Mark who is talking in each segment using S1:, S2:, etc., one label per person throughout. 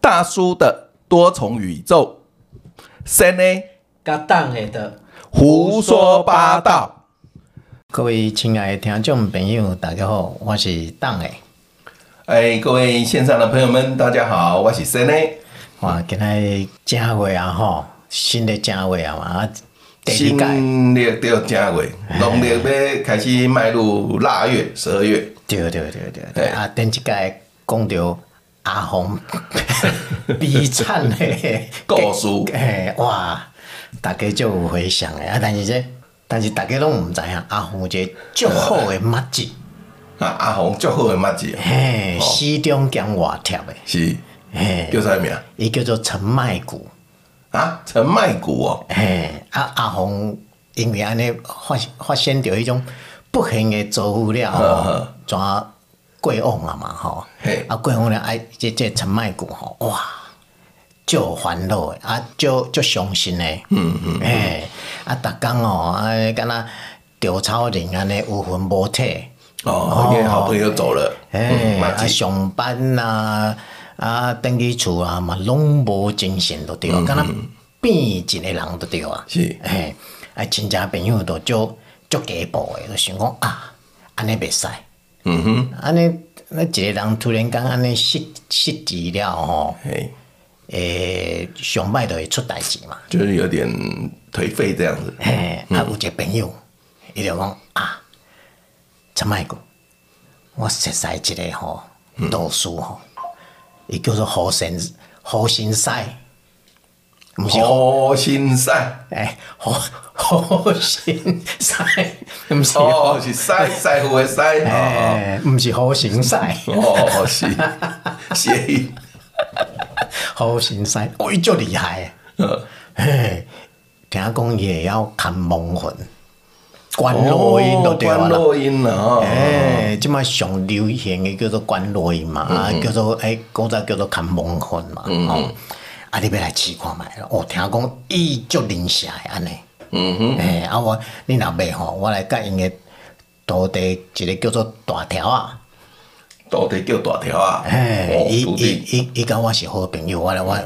S1: 大叔的多重宇宙，三呢
S2: 甲党诶的
S1: 胡说八道。
S2: 各位亲爱的听众朋友，大家好，我是党诶。
S1: 哎，各位线上的朋友们，大家好，我是三呢。
S2: 哇，今仔正月啊吼，新的正月啊嘛，啊第二届
S1: 新历到正月，农历要开始迈入腊月、十二月。
S2: 对对对对
S1: 嘿
S2: 对，啊顶一届讲到阿 红悲惨 诶
S1: 故事
S2: 诶，哇，大家就有回想诶，啊但是这但是大家拢毋知影阿红有一个足好诶目子，
S1: 啊，阿红足好的麦子，
S2: 嘿，
S1: 哦
S2: 四中兼外贴诶，
S1: 是
S2: 嘿。
S1: 叫啥名？
S2: 伊叫做陈麦谷，
S1: 啊，陈麦谷哦，
S2: 嘿，啊阿红因为安尼发发现着迄种不幸的遭遇了
S1: 呵呵
S2: 吼，怎啊过往啊嘛吼
S1: 嘿，
S2: 啊过往了啊，即即陈麦谷吼，哇，足有烦恼的，啊足足伤心的，嗯嗯，嘿，啊逐工哦，啊敢若稻草人安尼有魂无体。
S1: 哦，因为好朋友走了，嗯
S2: 哎，
S1: 麦
S2: 啊
S1: 子
S2: 上班呐、啊，啊登去厝啊嘛，拢无精神就对了，敢若变一个人就对
S1: 嗯
S2: 啊。
S1: 是
S2: 哎，啊亲戚朋友都足足加步的，就想讲啊，安尼袂使，
S1: 嗯哼，
S2: 安尼那一个人突然间安尼失失职了吼，
S1: 嘿，
S2: 诶、上摆就会出代志嘛。
S1: 就是有点颓废这样子，
S2: 嘿，
S1: 嗯
S2: 啊，有一个朋友，伊就讲啊，陈麦哥，我熟识一个吼，
S1: 嗯
S2: 导师吼，伊叫做何先何先生，毋是何
S1: 好心塞，
S2: 诶何何先生，毋是
S1: 哦，是塞塞乎的塞，哦，
S2: 诶，毋哎是何先生，
S1: 哦，是谐音，
S2: 何先生，哦，伊足厉害的。
S1: 呃
S2: 嘿，听讲伊会晓看盲魂，关录音就对啊
S1: 关
S2: 啦。
S1: 落音了哦，嗯
S2: 诶，即摆上流行的叫做关落音嘛，啊，叫做诶，古早叫做看蒙混嘛，吼，啊，你要来试看觅咯。哦，听讲伊足灵写的安尼，
S1: 嗯哼，
S2: 诶，啊我你若袂吼，我来甲因的徒弟一个叫做大条啊，
S1: 到底叫大条啊，
S2: 诶
S1: 哦，
S2: 伊
S1: 徒
S2: 伊
S1: 弟，
S2: 伊伊甲我是好朋友，我来我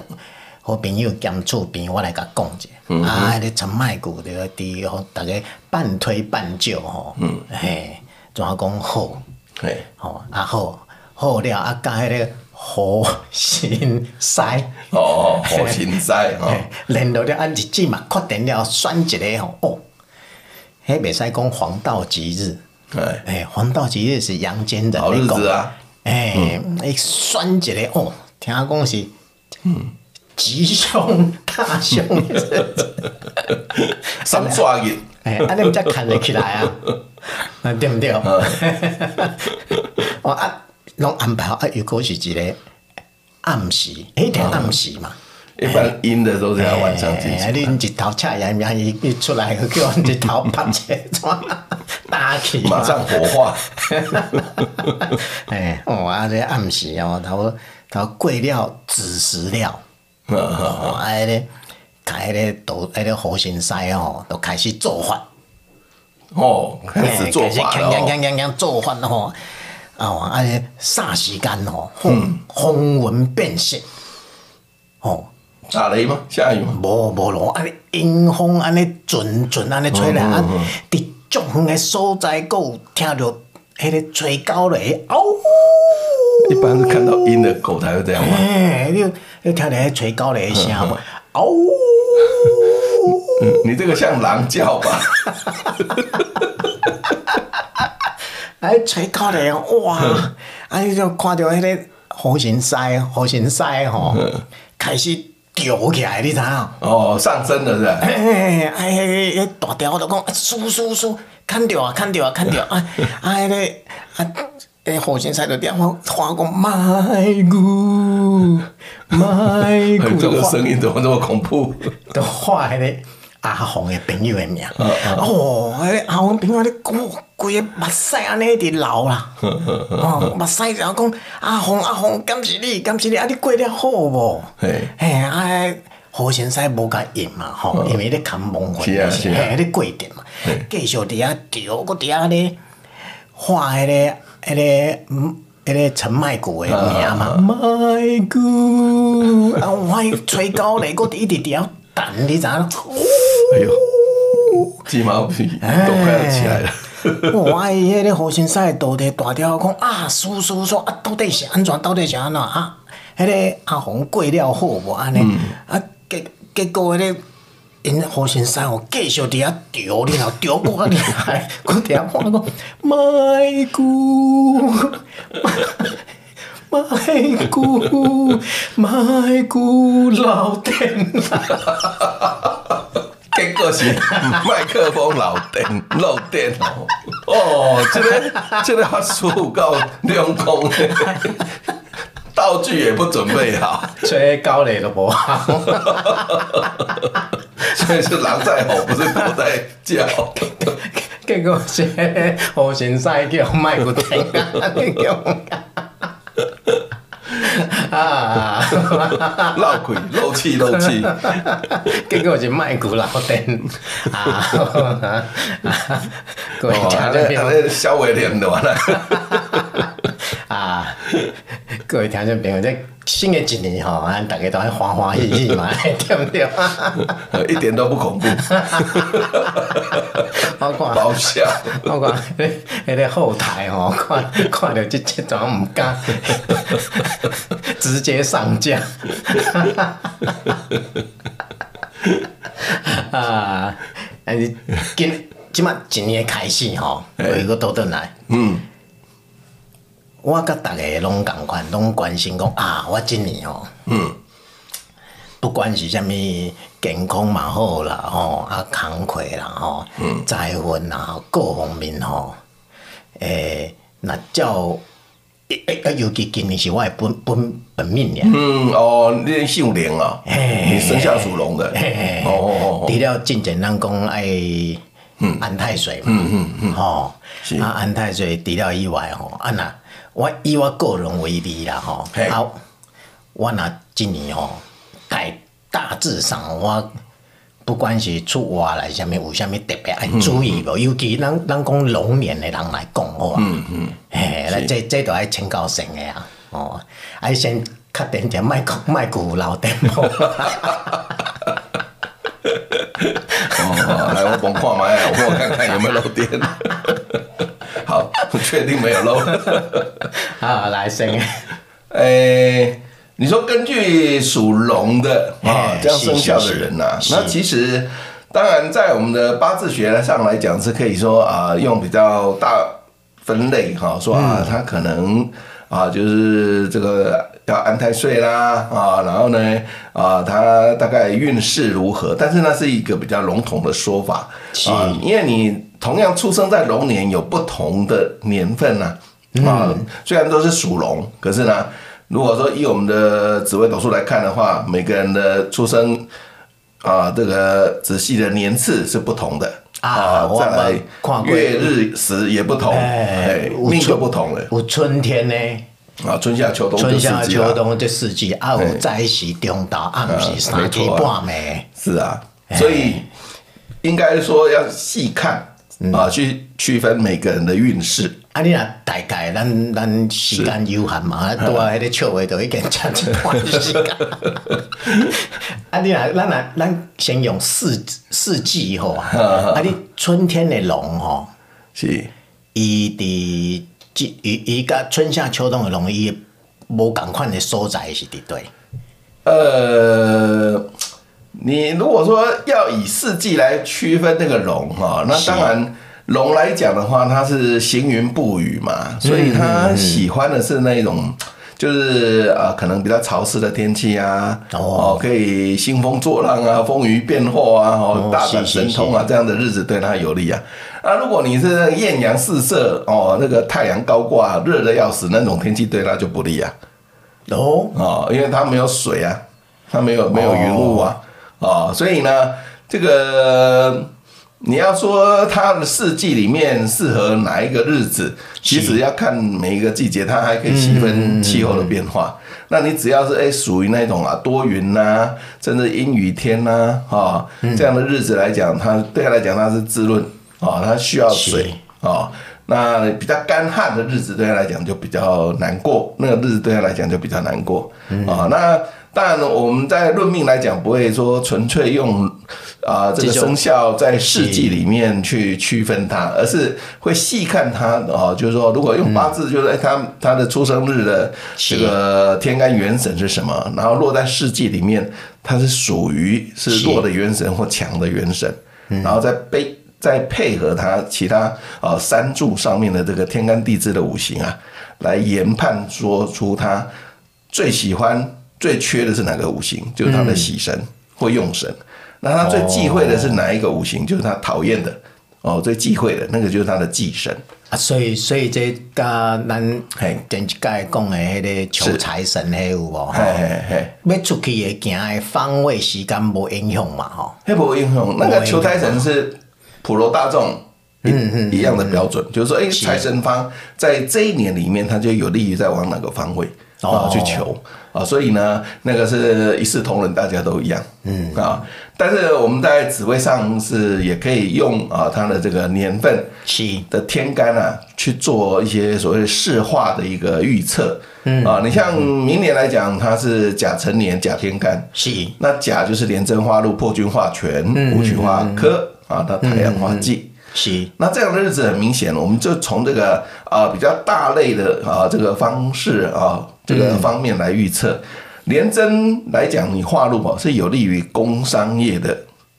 S2: 好朋友兼厝边，我来甲讲者，
S1: 嗯
S2: 啊，迄个陈麦古着伫吼，逐个半推半就吼，
S1: 嗯
S2: 嘿，怎讲好？
S1: 嘿，
S2: 吼、啊好，好了啊，甲迄个火星师，
S1: 哦，好心塞，哦，
S2: 然后了啊日子嘛确定了，选一个吼，哦，迄袂使讲黄道吉日，
S1: 哎，
S2: 诶、黄道吉日是阳间人
S1: 好
S2: 咧
S1: 日
S2: 讲
S1: 子，啊，
S2: 诶、伊选一个哦，听讲是，嗯，吉凶大凶的日子，
S1: 三煞日，
S2: 诶、安尼毋才牵得起来啊， 啊对毋对？
S1: 嗯
S2: 哦啊，拢安排好啊，如果是一个暗时，迄
S1: 嗯
S2: 定暗时嘛。
S1: 一般阴的都是要晚上进
S2: 哎啊，
S1: 行，
S2: 恁日头赤炎炎，伊伊出来去叫阮日头拍者，怎打啊去嘛
S1: 马上火化，
S2: 哎，哦啊，这暗时哦，头头过了子时了，
S1: 嗯
S2: 哦，啊迄个甲迄个都迄个火星师哦，都开始做法。
S1: 哦，
S2: 哎
S1: 开始做法了
S2: 锵
S1: 哦。
S2: 锵锵锵做法吼，啊，啊，霎时间吼，
S1: 嗯
S2: 风风云变色，吼，
S1: 打雷吗？下雨吗？
S2: 无无落，安尼阴风安尼阵阵安尼吹
S1: 嗯
S2: 来，啊，伫足远的所在，佫有听着迄个吹狗雷，嗷，
S1: 一般是看到阴的狗才会这样玩。
S2: 嘿，你你听着迄吹狗雷的声，嗷，
S1: 你这个像狼叫吧？
S2: 啊，吹狗雷，哇，
S1: 嗯
S2: 啊，你就看着迄个火神狮，火神狮吼，
S1: 嗯
S2: 开始吊起来，你知影？
S1: 哦，上身了是吧？
S2: 哎哎，迄个迄大条就讲，啊输输输，砍掉啊，砍掉啊，砍 掉啊！啊，迄个啊，诶，火箭赛就点我话讲，卖牛，卖
S1: 哎
S2: 牛
S1: 这
S2: 就
S1: 个
S2: 画
S1: 声音怎么这么恐怖？
S2: 就画迄个阿红的朋友的名。哦，迄个阿红朋友咧讲，规个目屎安尼伫流啦，哦，目屎然后讲阿红阿红，敢是你，敢是你，啊，你过得好无？
S1: 嘿
S2: 嘿，啊，何先生无甲应嘛吼，因为咧砍蒙混，
S1: 是啊是啊
S2: 嘿，咧过点嘛，继续伫遐钓，搁伫遐咧画迄个
S1: 啊
S2: 迄个嗯迄个陈麦古的名嘛，麦古啊，我发现吹高咧，我一直伫遐等，你知影？
S1: 哎呦，哎鸡毛皮都快
S2: 哎
S1: 要起 来了。
S2: 我爱迄个火星赛到底大条讲啊，叔叔说啊，到底是安怎？到底是安怎啊？迄、个阿红过了好无安尼？
S1: 嗯
S2: 啊结结果迄、个因火星赛哦，继续伫遐钓，你后钓过较厉 害，我伫遐看讲麦姑。 麦姑，麦姑老天啊！
S1: 结果是 麦克风漏电，漏电哦！哦，这个 这个法师有够两公的，道具也不准备好，
S2: 吹高嘞都无啊好。
S1: 所以是狼在吼，不是狗在叫。
S2: 结果是何先生叫卖骨听啊，叫啊，
S1: 漏气，漏气，漏气！
S2: 结果是卖骨老丁啊，各位
S1: 哦，
S2: 听
S1: 安
S2: 众
S1: 尼
S2: 朋
S1: 安
S2: 友
S1: 尼，消微脸的完了。
S2: 啊，各位听众朋友，这新的一年吼，咱大家都爱欢欢喜喜嘛，对不对？
S1: 呃 一点都不 恐怖，
S2: 我看。
S1: 爆笑。
S2: 我看迄、那个后台吼、看看到即这段毋敢 直接上架。啊，但是今即马一年开始哦吼、有一个倒转来，
S1: 嗯，
S2: 我甲逐个拢共款，拢关心讲啊，我即年吼、
S1: 嗯，
S2: 不管是啥物健康嘛好啦吼，啊工课啦吼，财运啦吼各方面吼，诶、若照诶诶啊，尤其今年是我的本本本命年，
S1: 嗯，哦，你姓林啊？
S2: 嘿
S1: 你生肖属龙的。
S2: 嘿
S1: 哦哦
S2: 除
S1: 哦，
S2: 了进前咱讲爱安太岁嘛，嗯嗯吼，啊安太岁除了以外吼，啊若我以我个人为例啦吼，
S1: 嘿
S2: 啊我若今年吼，大大致上我不管是出外来啥物，有啥物特别爱注意无，尤其咱咱讲龙年的人来讲好啊，嗯嗯，嘿，咱这这都爱请教神的啊，哦，爱先确定一下，莫讲莫古老电无。
S1: 哦，来我甭看麦， 我帮我看看有没有漏电。 好，我确定没有漏。
S2: 啊，来生诶，
S1: 诶，哎你说根据属龙的啊
S2: 哎，
S1: 这样生肖
S2: 是
S1: 的
S2: 是
S1: 人呐、
S2: 是
S1: 那其实当然在我们的八字学上来讲，是可以说啊，用比较大分类哈、说啊，他可能啊，就是这个要安太岁啦啊，然后呢啊，他大概运势如何？但是那是一个比较笼统的说法啊，因为你同样出生在龙年，有不同的年份呐、啊。虽然都是属龙，可是呢，如果说以我们的紫微斗数来看的话，每个人的出生啊、这个仔细的年次是不同的
S2: 啊我
S1: 再来
S2: 们看过
S1: 月日时也不同，
S2: 哎
S1: 哎，命就不同了
S2: 有春天呢，
S1: 啊，春夏秋冬
S2: 春
S1: 这四
S2: 夏
S1: 季
S2: 秋
S1: 啦，
S2: 冬这四季，啊有早时、中昼、暗时
S1: 啊没
S2: 三更
S1: 错啊
S2: 半暝。
S1: 是啊，
S2: 哎
S1: 所以应该说要细看
S2: 嗯
S1: 啊，去区分每个人的运势。
S2: 啊，你若大概咱咱时间有 限嘛，拄啊迄个笑话就已经差一半时间。 啊，你若咱若咱先用四四 季吼，啊，你春天的龙吼，
S1: 是
S2: 伊伫即伊伊甲春夏秋冬的龙，伊无共款的所在是伫对。
S1: 呃，你如果说要以四季来区分那个龙哈、那当然龙来讲的话，它是行云布雨嘛，所以它喜欢的是那种。就是呃，可能比较潮湿的天气啊，
S2: 哦
S1: 哦，可以兴风作浪啊，风雨变祸啊，哦，大展神通啊，这样的日子对他有利啊。啊，如果你是艳阳四射哦，那个太阳高挂，热的要死，那种天气对他就不利啊。
S2: 哦，
S1: 哦，因为它没有水啊，它没有没有云雾啊，哦，所以呢，这个你要说它的四季里面适合哪一个日子，其实要看每一个季节，它还可以细分气候的变化。那你只要是哎属于那种啊多云呐、甚至阴雨天呐、啊，哦这样的日子来讲，它对它来讲它是滋润哦，它需要
S2: 是
S1: 水哦。那比较干旱的日子对他来讲就比较难过，那个日子对他来讲就比较难过啊、哦。那当然，我们在论命来讲，不会说纯粹用啊、这个
S2: 这就
S1: 生肖在世纪里面去区分它，而是会细看它哦。就是说，如果用八字，就是哎它它的出生日的这个呃天干元神是什么，然后落在世纪里面，它是属于是
S2: 是
S1: 弱的元神或强的元神，然后再被。再配合它其他呃三柱上面的这个天干地支的五行啊，来研判说出它最喜欢、最缺的是哪个五行，就是他的喜神或用神。那他最忌讳的是哪一个五行？就是他讨厌的哦，最忌讳的那个就是他的忌神。
S2: 啊，所以所以这甲咱
S1: 嘿
S2: 前一届讲的迄个求财神迄有无？吼
S1: 嘿嘿嘿，
S2: 要出去的行的方位时间无影响嘛吼。
S1: 黑婆英雄那个求财神是普罗大众。一一样的标准，嗯就是说，哎，财神方在这一年里面，他就有利于在往哪个方位啊
S2: 哦
S1: 去求啊，所以呢，那个是一视同仁，大家都一样，嗯啊。但是我们在紫微上是也可以用啊，它的这个年份
S2: 是
S1: 的天干啊，去做一些所谓市化的一个预测。嗯啊，你像明年来讲，它是甲辰年甲天干，
S2: 是，
S1: 那甲就是廉贞化禄、破军化权、武曲化科啊，那太阳化
S2: 嗯
S1: 忌。
S2: 是
S1: 那这样的日子很明显，我们就从这个啊、比较大类的啊、这个方式啊、这个方面来预测。廉贞来讲，你化禄哦是有利于工商业的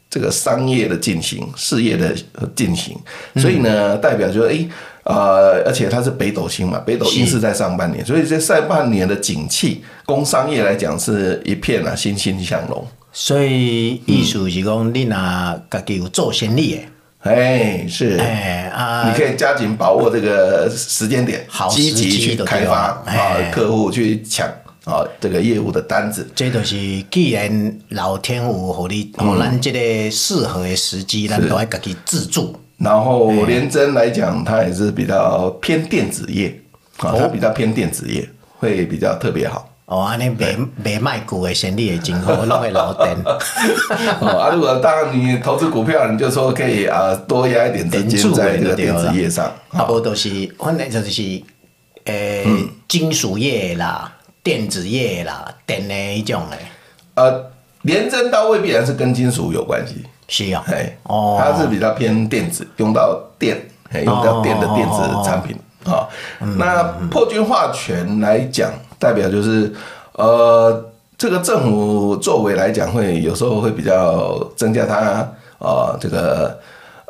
S1: 这个商业的进行、事业的呃进行，所以呢，代表就是诶呃，而且它是北斗星嘛，北斗运势在上半年，所以这上半年的景气，工商业来讲是一片啊欣欣向荣。
S2: 所以意思是讲，你若家己有做生意的，
S1: 哎，是，
S2: 哎啊
S1: 你可以加紧把握这个时间点，
S2: 好
S1: 积
S2: 时
S1: 极
S2: 机
S1: 去
S2: 就对
S1: 开发
S2: 了哎
S1: 啊，客户去抢啊这个业务的单子。
S2: 这就是既然老天有互你，互咱即个适合的时机，咱都爱家己自助。
S1: 然后
S2: 哎
S1: 连真来讲，它也是比较偏电子业啊，它比较偏电子业会比较特别好。
S2: 哦，安尼卖卖卖股的生意会真好，拢会老电。
S1: 哦啊，如果当然你投资股票，你就说可以啊多压一点资
S2: 点
S1: 金
S2: 注
S1: 在
S2: 哎
S1: 这个
S2: 就对
S1: 电子
S2: 了
S1: 业上。
S2: 啊，无就是，反正就是，诶、
S1: 嗯
S2: 金属业啦、电子业啦、电的迄种诶，
S1: 呃，连针到位必然是跟金属有关系。
S2: 是哦。
S1: 哎，
S2: 哦
S1: 它是比较偏电子，用到电，哎，用到电的电子产品
S2: 哦
S1: 啊。
S2: 嗯
S1: 那破军化权来讲，代表就是呃，这个政府作为来讲，会有时候会比较增加它呃这个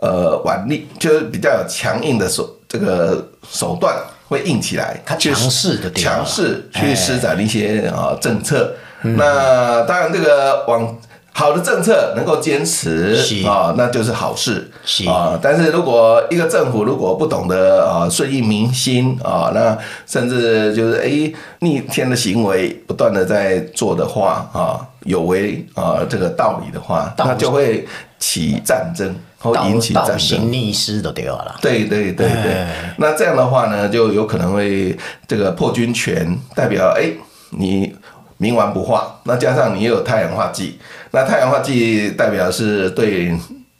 S1: 呃腕力，就是比较有强硬的手这个手段会硬起来，
S2: 它
S1: 去
S2: 强势就对了哎
S1: 强势去施展一些啊政策。那当然，这个往好的政策能够坚持
S2: 是
S1: 啊，那就是好事
S2: 是
S1: 啊。但是如果一个政府如果不懂得啊顺应民心啊，那甚至就是哎逆天的行为不断的在做的话啊，有违啊这个道理的话，
S2: 道
S1: 那就会起战争，或
S2: 道
S1: 引起
S2: 道
S1: 战争。
S2: 行逆施就对了啦。
S1: 对对对对
S2: 哎，
S1: 那这样的话呢，就有可能会这个破军权代表哎，你冥顽不化，那加上你又有太阳化忌，那太阳化忌代表是对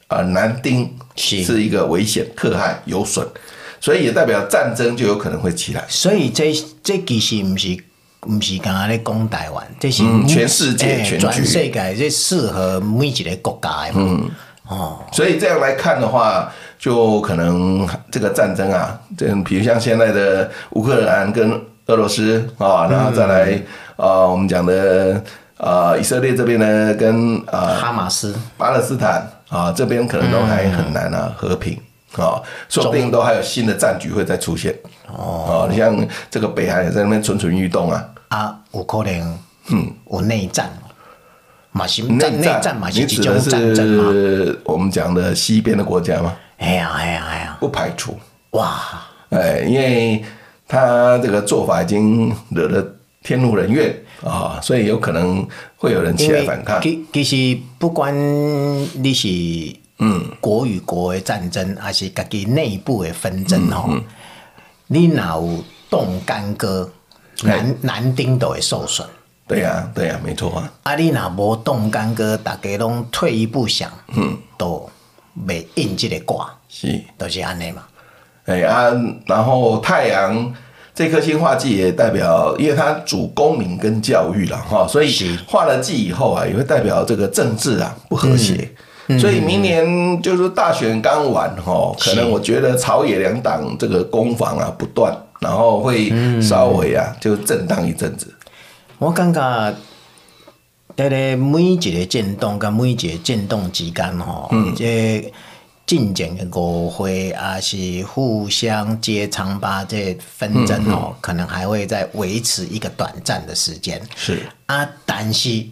S1: 呃男丁
S2: 是
S1: 是一个危险、克害、有损，所以也代表战争就有可能会起来。
S2: 所以这这其实毋是毋是讲安尼讲台湾，这是、
S1: 嗯全世界
S2: 哎
S1: 全
S2: 全
S1: 区域
S2: 世界这适合每一个国家的嘛。
S1: 嗯
S2: 哦，
S1: 所以这样来看的话，就可能这个战争啊，这比如像现在的乌克兰跟俄罗斯啊，然后再来
S2: 嗯
S1: 啊、呃我们讲的呃以色列这边呢，跟啊、呃
S2: 哈马斯
S1: 巴勒斯坦啊这边可能都还很难啊和平
S2: 嗯
S1: 啊，说不定都还有新的战局会再出现。哦，你像这个北韩也在那边蠢蠢欲动啊，
S2: 啊，有可能嗯有内战，嘛是
S1: 内
S2: 内
S1: 战
S2: 战嘛是
S1: 你
S2: 一
S1: 指
S2: 种
S1: 的
S2: 战争嘛。
S1: 是我们讲的西边的国家吗？
S2: 哎呀哎呀哎呀，
S1: 不排除。
S2: 哇！
S1: 哎，因为他这个做法已经惹得天怒人怨啊、所以有可能会有人起
S2: 因
S1: 来
S2: 为
S1: 反抗。
S2: 其其实不管你是嗯国与国的战争，还是家己内部的纷争
S1: 嗯
S2: 吼，你若有动干戈，男男丁都会受损。
S1: 对呀、对呀、没错啊。
S2: 啊，你若无动干戈，大家拢退一步想，嗯，都袂应即个卦，
S1: 是，
S2: 都、就是安尼嘛。
S1: 哎啊，然后太阳这颗星化忌也代表，因为它主公民跟教育了哈，所以
S2: 是
S1: 化了忌以后啊，也会代表这个政治啊不和谐。
S2: 嗯
S1: 所以明年就是大选刚完哈，可能我觉得朝野两党这个攻防啊不断，然后会
S2: 嗯
S1: 稍微啊就震荡一阵子。
S2: 我感觉，伫咧每一个震动甲每一个震动之间吼，即进前的误会啊，是互相揭长疤，这纷争哦，可能还会再维持一个短暂的时间。
S1: 是
S2: 啊，但是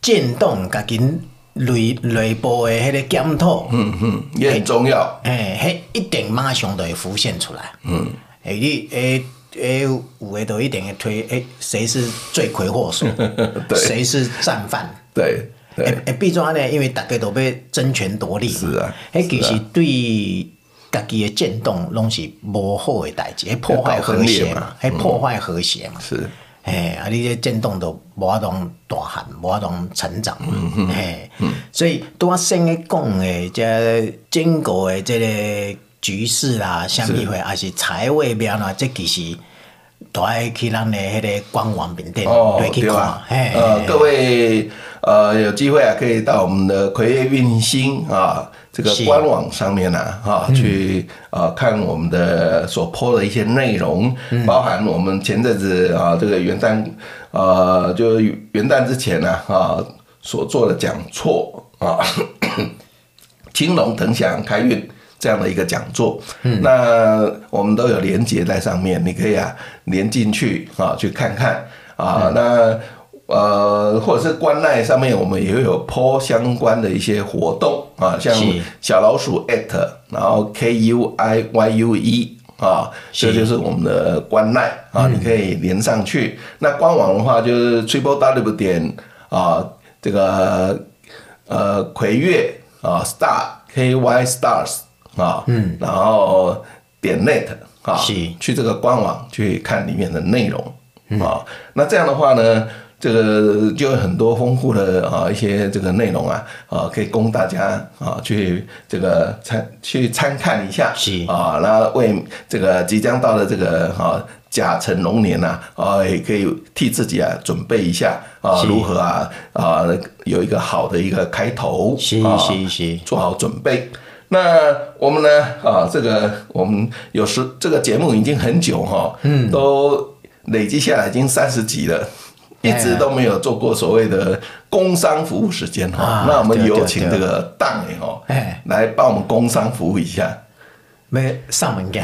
S2: 震动甲紧内内部的迄个检讨，
S1: 嗯嗯，也很重要。
S2: 哎、迄一定马上就会浮现出来。嗯，哎、你哎哎，有诶，就一定会推哎，谁、是罪魁祸首
S1: 对，
S2: 谁是战犯？
S1: 对对，
S2: 哎哎，变安呢？因为大家都要争权夺利嘛。
S1: 是啊
S2: 迄其实对家己的震动拢是无好的代志，迄破坏和
S1: 搞
S2: 谐
S1: 分裂嘛嗯
S2: 嘛，迄破坏和谐嘛。
S1: 是。
S2: 嘿，啊！你这震动都无法当大汉，无法当成长嘛。
S1: 嗯
S2: 嘿，所以拄我先咧讲的，这整个的这个局势啦、啥物货，还是财位表啦，这其实都爱去咱的迄个官网面顶
S1: 哦，
S2: 哎对去
S1: 对
S2: 看
S1: 吧。？
S2: 嘿，
S1: 呃，各位呃有机会啊，可以到我们的葵月运星啊这个
S2: 是嗯
S1: 官网上面啊，哈、去呃看我们的所播的一些内容，
S2: 嗯
S1: 包含我们前阵子啊这个元旦呃就元旦之前呢啊所做的讲座啊。青龙腾翔开运这样的一个讲座，那我们都有连接在上面，你可以啊连进去啊去看看啊，那呃或者是官奈上面我们也会有 po 相关的一些活动啊，像
S2: 是
S1: 小老鼠 at，然后 k u i y u e。啊，这就是我们的官奈啊，你可以连上去。那官网的话就是 triple w 点啊，这个呃葵月啊 star k y stars 啊，嗯，然后点 net 啊，
S2: 是
S1: 去这个官网去看里面的内容
S2: 嗯
S1: 啊。那这样的话呢，这个就有很多丰富的啊一些这个内容啊啊，可以供大家啊去这个参去参看一下，
S2: 是
S1: 啊，那为这个即将到的这个啊甲辰龙年呐、啊，啊，也可以替自己啊准备一下啊，
S2: 是
S1: 如何啊啊有一个好的一个开头，
S2: 是
S1: 啊
S2: 是是
S1: 做好准备。那我们呢啊，这个我们有时这个节目已经很久哈，嗯，都累积下来已经三十集了。
S2: 哎
S1: 一直都没有做过所谓的工商服务时间哈、
S2: 啊
S1: 那我们
S2: 对对
S1: 有请这
S2: 对
S1: 个档哎哈
S2: 哎，
S1: 来帮我们工商服务一下。
S2: 要送物件，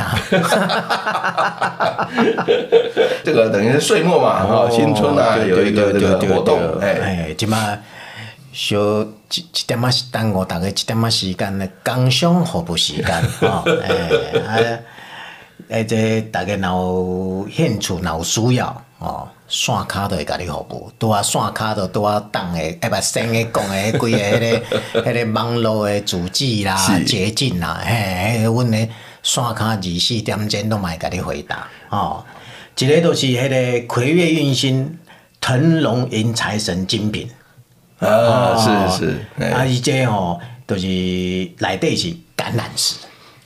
S1: 这个等于是岁末嘛，哈，新春啊
S2: 哦对
S1: 有一个这
S2: 对对
S1: 个
S2: 对
S1: 活
S2: 对
S1: 动，
S2: 对
S1: 哎，
S2: 哎，即马小一一点仔是耽误大概一点仔时间咧，工商服务时间吼，哎啊，哎这大家若有兴趣，若有需要哦。线卡都会甲你服务，拄啊线卡都拄啊当的，哎不先的讲的 迄几个迄个迄个网络的主旨啦
S1: 是、
S2: 捷径啦，嘿，迄个阮的线卡二十四点钟都嘛会甲你回答哦。一个就是迄个葵月运星、腾龙迎财神金品，
S1: 啊，
S2: 哦
S1: 是是，
S2: 啊，
S1: 哎，
S2: 伊这吼、就是内底是橄榄石，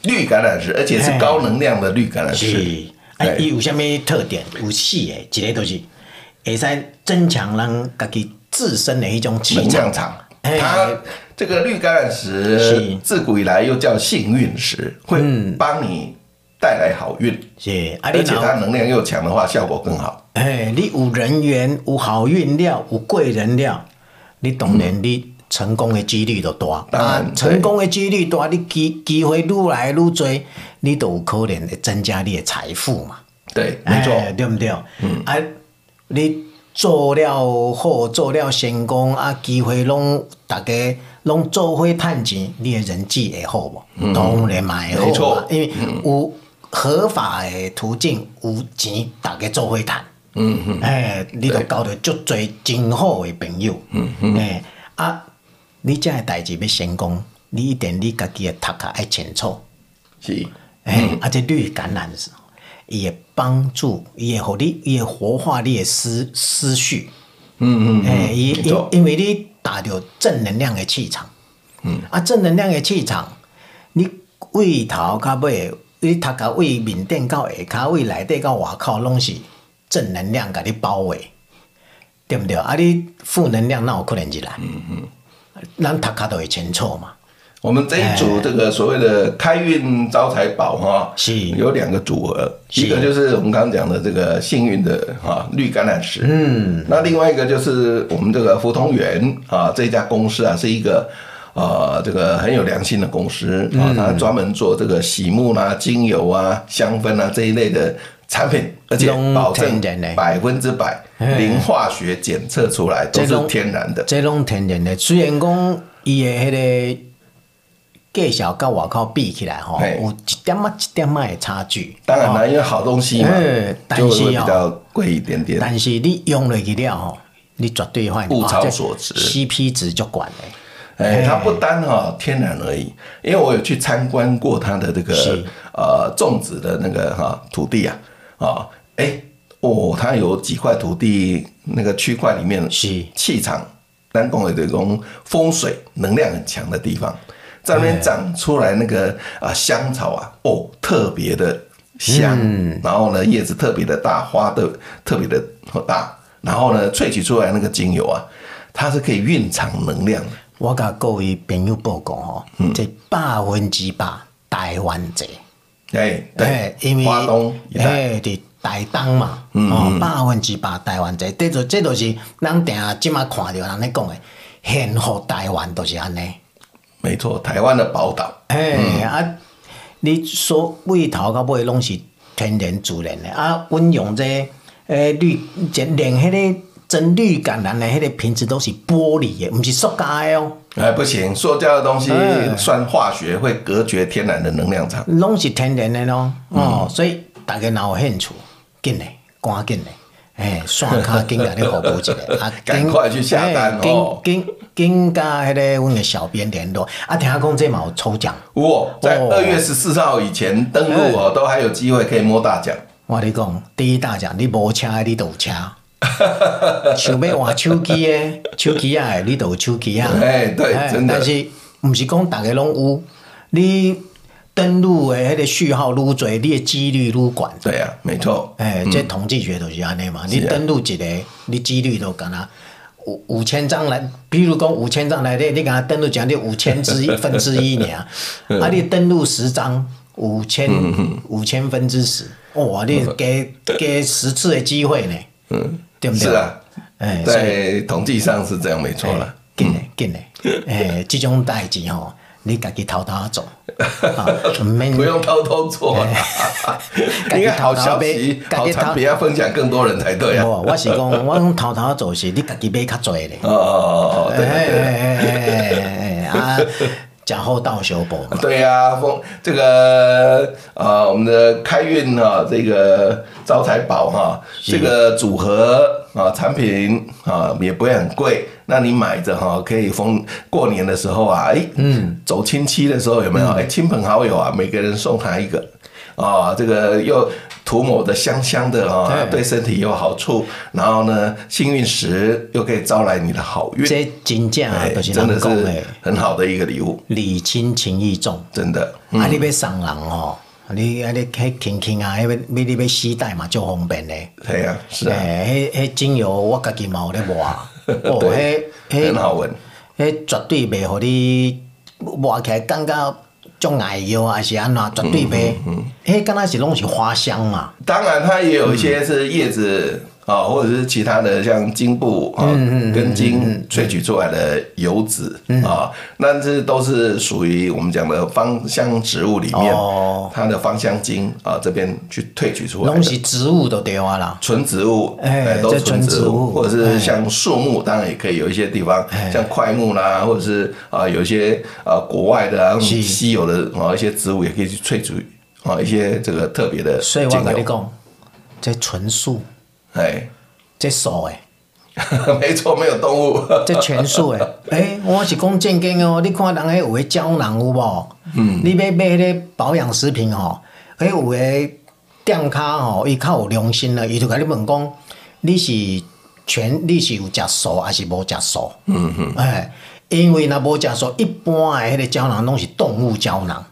S1: 绿橄榄石，而且是高能量的绿橄榄石
S2: 哎是，啊，
S1: 哎
S2: 伊有啥物特点？有四个，一个就是会使增强咱家己自身的迄种气
S1: 能
S2: 场，
S1: 量场。
S2: 哎
S1: 它这个绿橄榄石
S2: 是嗯
S1: 自古以来又叫幸运石，会帮你带来好运，
S2: 是啊，你
S1: 而且
S2: 若
S1: 它能量又强的话，效果更好。
S2: 哎，你有人缘，有好运了，有贵人了，你当然你成功的几率就大。
S1: 嗯
S2: 啊
S1: 当然对
S2: 成功的几率大，你机机会愈来愈多，你就有可能会增加你的财富嘛。
S1: 对，没错，
S2: 哎对不对？嗯，啊，你做了好，做了成功，啊，机会拢大家拢做伙趁钱，你的人际会好无？当然嘛会好嘛，
S1: 嗯
S2: 啊
S1: 没错嗯
S2: 因为有合法的途径，有钱大家做伙趁。嗯嗯，哎，你就交到足多真好的朋友。嗯嗯，哎啊，你这个代志要成功，你一定你家己的头壳要清楚。
S1: 是，
S2: 哎、
S1: 嗯
S2: 啊，这绿橄榄枝，伊会帮助，伊会互你，伊会活化你的思思绪。
S1: 嗯嗯，
S2: 哎、伊
S1: 没
S2: 因
S1: 错
S2: 因为你打着正能量的气场，嗯，啊，正能量的气场，你胃头到尾你头壳位面顶到下骹位内底到外口拢是正能量甲你包围，对毋对？啊，你负能量哪有可能入来？嗯嗯，咱头壳就会牵错嘛。
S1: 我们这一组这个所谓的开运招财宝哈，
S2: 是
S1: 有两个组合，
S2: 是
S1: 一个就是我们刚刚讲的这个幸运的哈绿橄榄石，嗯，那另外一个就是我们这个福同源啊这家公司啊是一个。呃，这个很有良心的公司
S2: 嗯
S1: 啊，它专门做这个洗沐啦、精油啊、香氛啊这一类的产品，而且
S2: 拢
S1: 保证
S2: 天然的
S1: 百分之百零化学检测出来都是
S2: 这拢
S1: 天然的。
S2: 这拢天然的，虽然讲伊的迄个介绍甲外口比起来吼，
S1: 嘿
S2: 有一点仔一点仔的差距。
S1: 当然啦，因为好东西嘛
S2: 哎，但是
S1: 就
S2: 哦
S1: 会比较贵一点点。
S2: 但是你用落去了吼，你绝对发现
S1: 物超
S2: 哇这
S1: 所值
S2: ，CP 值就管的。
S1: 哎，它不单哈、天然而已，因为我有去参观过它的这个
S2: 是
S1: 呃种植的那个哈、土地啊，啊、哎哦，它有几块土地那个区块里面
S2: 是
S1: 气场，南宫有这种风水能量很强的地方，在那边长出来那个啊、香草啊，哦特别的香，
S2: 嗯
S1: 然后呢叶子特别的大，花的特别的大，然后呢萃取出来那个精油啊，它是可以蕴藏能量的。
S2: 我甲各位朋友报告吼，
S1: 嗯
S2: 这百分之百台湾者，
S1: 哎，对
S2: 嘿，因为哎
S1: 花东一带，嗯
S2: 嘿伫台东嘛，哦，百分之百台湾者，这就这就是咱定啊即马看到人咧讲的，幸福台湾就是安尼。
S1: 没错，台湾的宝岛，
S2: 嘿、
S1: 嗯
S2: 啊，你所位头到尾拢是天然自然的啊，阮用这诶、绿，这连迄个真绿橄榄的迄个瓶子都是玻璃的，毋是塑胶的哦，
S1: 哎，不行，塑胶的东西
S2: 哎
S1: 算化学，会隔绝天然的能量场。
S2: 拢是天然的咯。
S1: 嗯
S2: 哦，所以大家若有兴趣，紧嘞，赶紧嘞。诶，线卡紧甲你服务一下，啊
S1: ，赶
S2: 紧
S1: 快去下单
S2: 嘿
S1: 哦
S2: 紧紧紧甲迄个阮的小编联络，啊，听讲这嘛有抽奖，
S1: 哇，在
S2: 哦哎
S1: 二月十四号以前登录哦，都还有机会可以摸大奖。
S2: 我跟你讲，第一大奖，你无车的你就有 车，想要换手机的，手机啊的，你就有手机啊。
S1: 哎对
S2: 哎
S1: 真的
S2: 但是毋是讲逐个拢有，你登录的迄个序号愈多，你的几率愈悬。
S1: 对啊，没错，
S2: 哎，这统计学就是安尼嘛，
S1: 啊
S2: 你登录一个，你几率都敢若五五千张来，比如讲五千张来，你你敢若登录讲你五千之一分之一 尔，
S1: 嗯
S2: 啊，你登录十张，五千五千分之十，哇，你
S1: 嗯
S2: 给给十次的机会呢，嗯，对不对？
S1: 是啊，
S2: 哎，所以哎
S1: 在统计上是这样，没错了。
S2: 紧嘞，紧嘞，诶，这种代志吼，你家己偷偷 做，啊，唔免
S1: 不用偷偷做啦，
S2: 哎
S1: 应该好消息、
S2: 自己偷
S1: 好
S2: 偷
S1: 产品要分享更多人才对啊！哦
S2: 无，我是讲，我讲偷偷做是，你家己买较济咧。
S1: 哦哦哦，
S2: 哎
S1: 对对对。
S2: 哎哎哎哎啊，假后道修补嘛，
S1: 对呀、风这个呃，我们的开运啊，这个招财宝哈、这个组合啊，产品啊也不会很贵。那你买着哈、可以逢过年的时候啊，哎，嗯，走亲戚的时候有没有？哎，亲朋好友啊，每个人送他一个。啊，这个又涂抹的香香的啊、
S2: 对
S1: 对身体有好处。然后呢，幸运石又可以招来你的好运，
S2: 这真正啊，
S1: 哎
S2: 就是
S1: 真的
S2: 人
S1: 是
S2: 讲的
S1: 很好的一个礼物，
S2: 礼轻情意重。
S1: 真的。
S2: 啊，你要送人哦，你啊你迄轻轻啊，迄要你你要携带嘛，足方便嘞。
S1: 对呀、是啊。
S2: 诶，迄迄精油我家己嘛有咧抹，哦，迄
S1: 对很
S2: 迄
S1: 好闻。
S2: 迄绝对袂互你抹起来感觉足碍腰啊，还是安怎？绝对袂。迄敢若是拢是花香嘛，
S1: 当然，它也有一些是叶子啊、或者是其他的像茎部啊、根茎萃取出来的油脂啊、那这都是属于我们讲的芳香植物里面、
S2: 哦
S1: 它的芳香精啊、这边去萃取出来
S2: 拢
S1: 的。
S2: 是植物就对啊啦。
S1: 纯植物，
S2: 哎
S1: 哎，都
S2: 这
S1: 是纯
S2: 纯
S1: 植
S2: 植
S1: 物，
S2: 物哎
S1: 或者是像树木，当然也可以有一些地方，像块木啦，或者是啊，有一些啊国外的啊
S2: 是
S1: 稀有的啊一些植物，也可以去萃取啊一些这个特别的
S2: 所
S1: 精
S2: 以我甲你
S1: 油，
S2: 讲，这纯素，
S1: 哎，
S2: 这素诶，
S1: 没错，没有动物。
S2: 这全素诶。 诶、我是讲正经的哦，你看人迄有诶胶囊有无？嗯，你要买迄个保养食品吼，迄有诶店卡吼，伊较有良心啦，伊就甲你问讲，你是全你是有食素还是无食素？嗯哼，诶、因为若无食素，一般诶迄个胶囊拢是动物胶囊。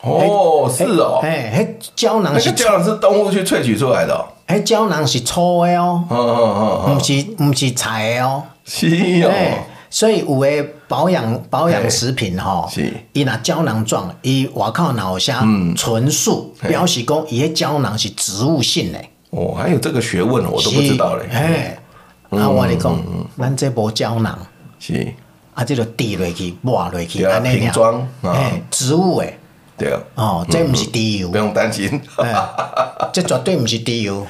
S1: 哦，是哦，
S2: 哎，迄胶
S1: 那
S2: 囊
S1: 个
S2: 是，
S1: 胶囊是动物去萃取出来的哦。
S2: 迄胶囊是粗的哦，
S1: 嗯嗯嗯嗯，
S2: 毋是毋是柴的哦。
S1: 是
S2: 哎
S1: 哦，，
S2: 所以有诶保养保养食品吼
S1: 是，嗯
S2: 伊若胶囊状，伊外口若有写纯素，表示讲伊迄胶囊是植物性诶，
S1: 哦，还有这个学问，我都不知道嘞嗯
S2: 是。哎，啊，我跟你讲，咱这无胶囊，
S1: 是，
S2: 啊，这就滴落去抹落去，
S1: 对啊
S2: 安尼
S1: 瓶
S2: 尔
S1: 装啊
S2: 哎，植物诶，
S1: 对哦，
S2: 哦，这毋是滴油
S1: 不。用担心。
S2: 哎，这绝对毋是猪油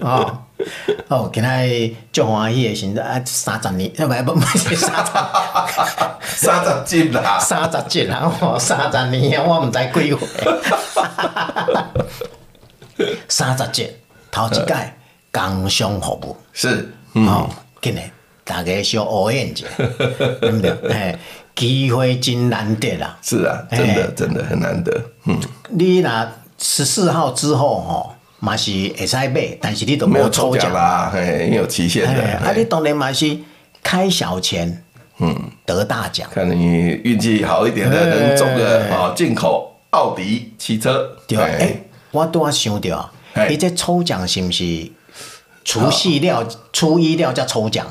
S2: 哦。哦，今仔足欢喜的时阵啊，三十年，啊不不不是三十，
S1: 三十斤啦，
S2: 三十集啦，哦，三十年，我毋知几岁。三十集，头一届工商服务。
S1: 是，
S2: 哦，今日大家小学 验者，对不对？哎，机会真难得啦。
S1: 是啊，真的
S2: 哎
S1: 真的很难得。嗯，
S2: 你若十四号之后吼，嘛是会使买，但是你都
S1: 没
S2: 没
S1: 有
S2: 有
S1: 抽
S2: 抽
S1: 奖
S2: 奖。
S1: 啦，哎，因为有期限的
S2: 哎，啊，
S1: 哎
S2: 你当然嘛是开小钱，嗯，得大奖，
S1: 看你运气好一
S2: 哎
S1: 点的，能中个啊进口奥迪汽车。
S2: 对吧？哎，我拄啊想着
S1: 哎，
S2: 伊这抽奖是毋是除夕料、
S1: 啊
S2: 初一料才抽奖？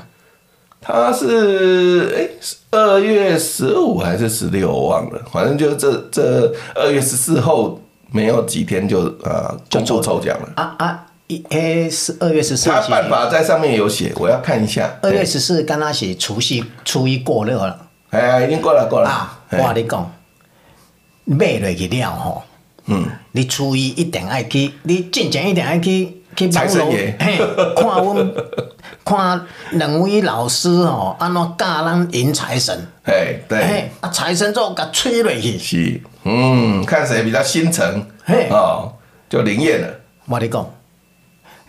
S1: 他是哎二月十五还是十六，我忘了，反正就这这二月十四后没有几天就呃公布抽奖了。
S2: 啊啊，一诶是二月十四
S1: 他
S2: 是
S1: 办法在上面有写，我要看一下。
S2: 二月十四，刚刚是除夕初一过热了
S1: 哎呀，已经过了过了
S2: 啊！我
S1: 哎
S2: 跟你讲，买落去了吼，嗯，你初一一定爱去，你进前一定爱去去
S1: 财
S2: 网
S1: 神
S2: 络
S1: 爷
S2: 嘿，看 阮看两位老师吼，安怎教咱迎财神，
S1: 哎，对
S2: 嘿，，啊财神就甲吹落去，
S1: 是，嗯，看谁比较心诚
S2: 嘿，
S1: 哦，就灵验了。，
S2: 我跟你讲，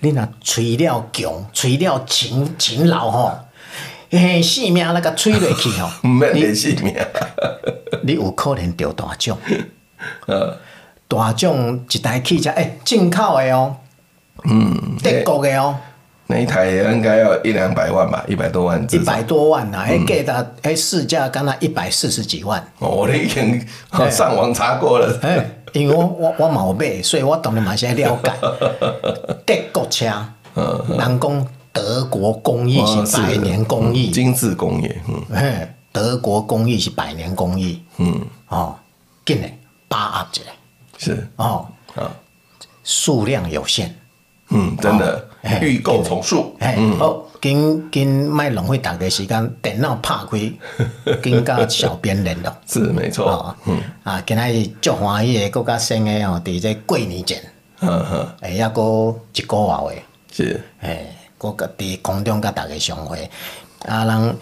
S2: 你若吹了强，吹了勤勤劳吼，嘿，性命那甲吹落去 吼
S1: 没
S2: 你
S1: 联系你啊，
S2: 你有可能得大奖。呃大奖一台汽车，诶、进口的哦，嗯，德国的哦，
S1: 那一台应该要一两百万吧，一百多万
S2: 一
S1: 至少。
S2: 百多万呐、啊，迄价值，迄市价敢若一百四十几万。
S1: 哦我已经哦上网查过了，
S2: 诶、因为我我我嘛有买，所以我当然嘛是要了 解德国车，人讲德国工艺
S1: 哦
S2: 嗯是百年工艺，
S1: 精致工业，嗯，
S2: 嘿，德国工艺是百年工艺，嗯，哦，紧嘞，把握一下，
S1: 是。
S2: 哦，
S1: 啊，
S2: 数量有限，
S1: 嗯，真的
S2: 哎，
S1: 预购重塑，
S2: 哎、好，紧紧卖浪费大家时间，电脑拍 开，紧甲小编联络。
S1: 是没错
S2: 哦，，啊，今仔日足欢喜的，搁较新的哦，伫这过年前，
S1: 嗯哼，
S2: 哎，抑搁一个月诶，
S1: 是
S2: 哎，搁甲伫空中甲大家相会，啊，人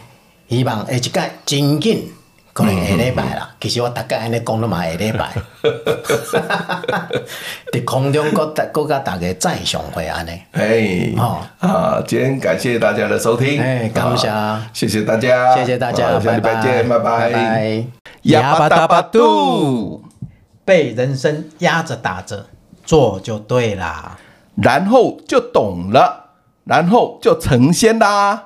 S2: 希望下一届真紧，可能下礼拜啦。其实我逐概安尼讲了嘛，下礼拜， 伫空中搁大搁甲大家再相会安尼。
S1: 哎，
S2: 哦
S1: 啊，今天感谢大家的收听，
S2: 哎感谢
S1: 啊谢谢大家，
S2: 谢谢大家，
S1: 啊下
S2: 拜
S1: 礼
S2: 拜，
S1: 拜见，拜
S2: 拜拜。
S1: 哑巴大巴肚，
S2: 被人生压着打着，做就对啦。
S1: 然后就懂了，然后就成仙啦。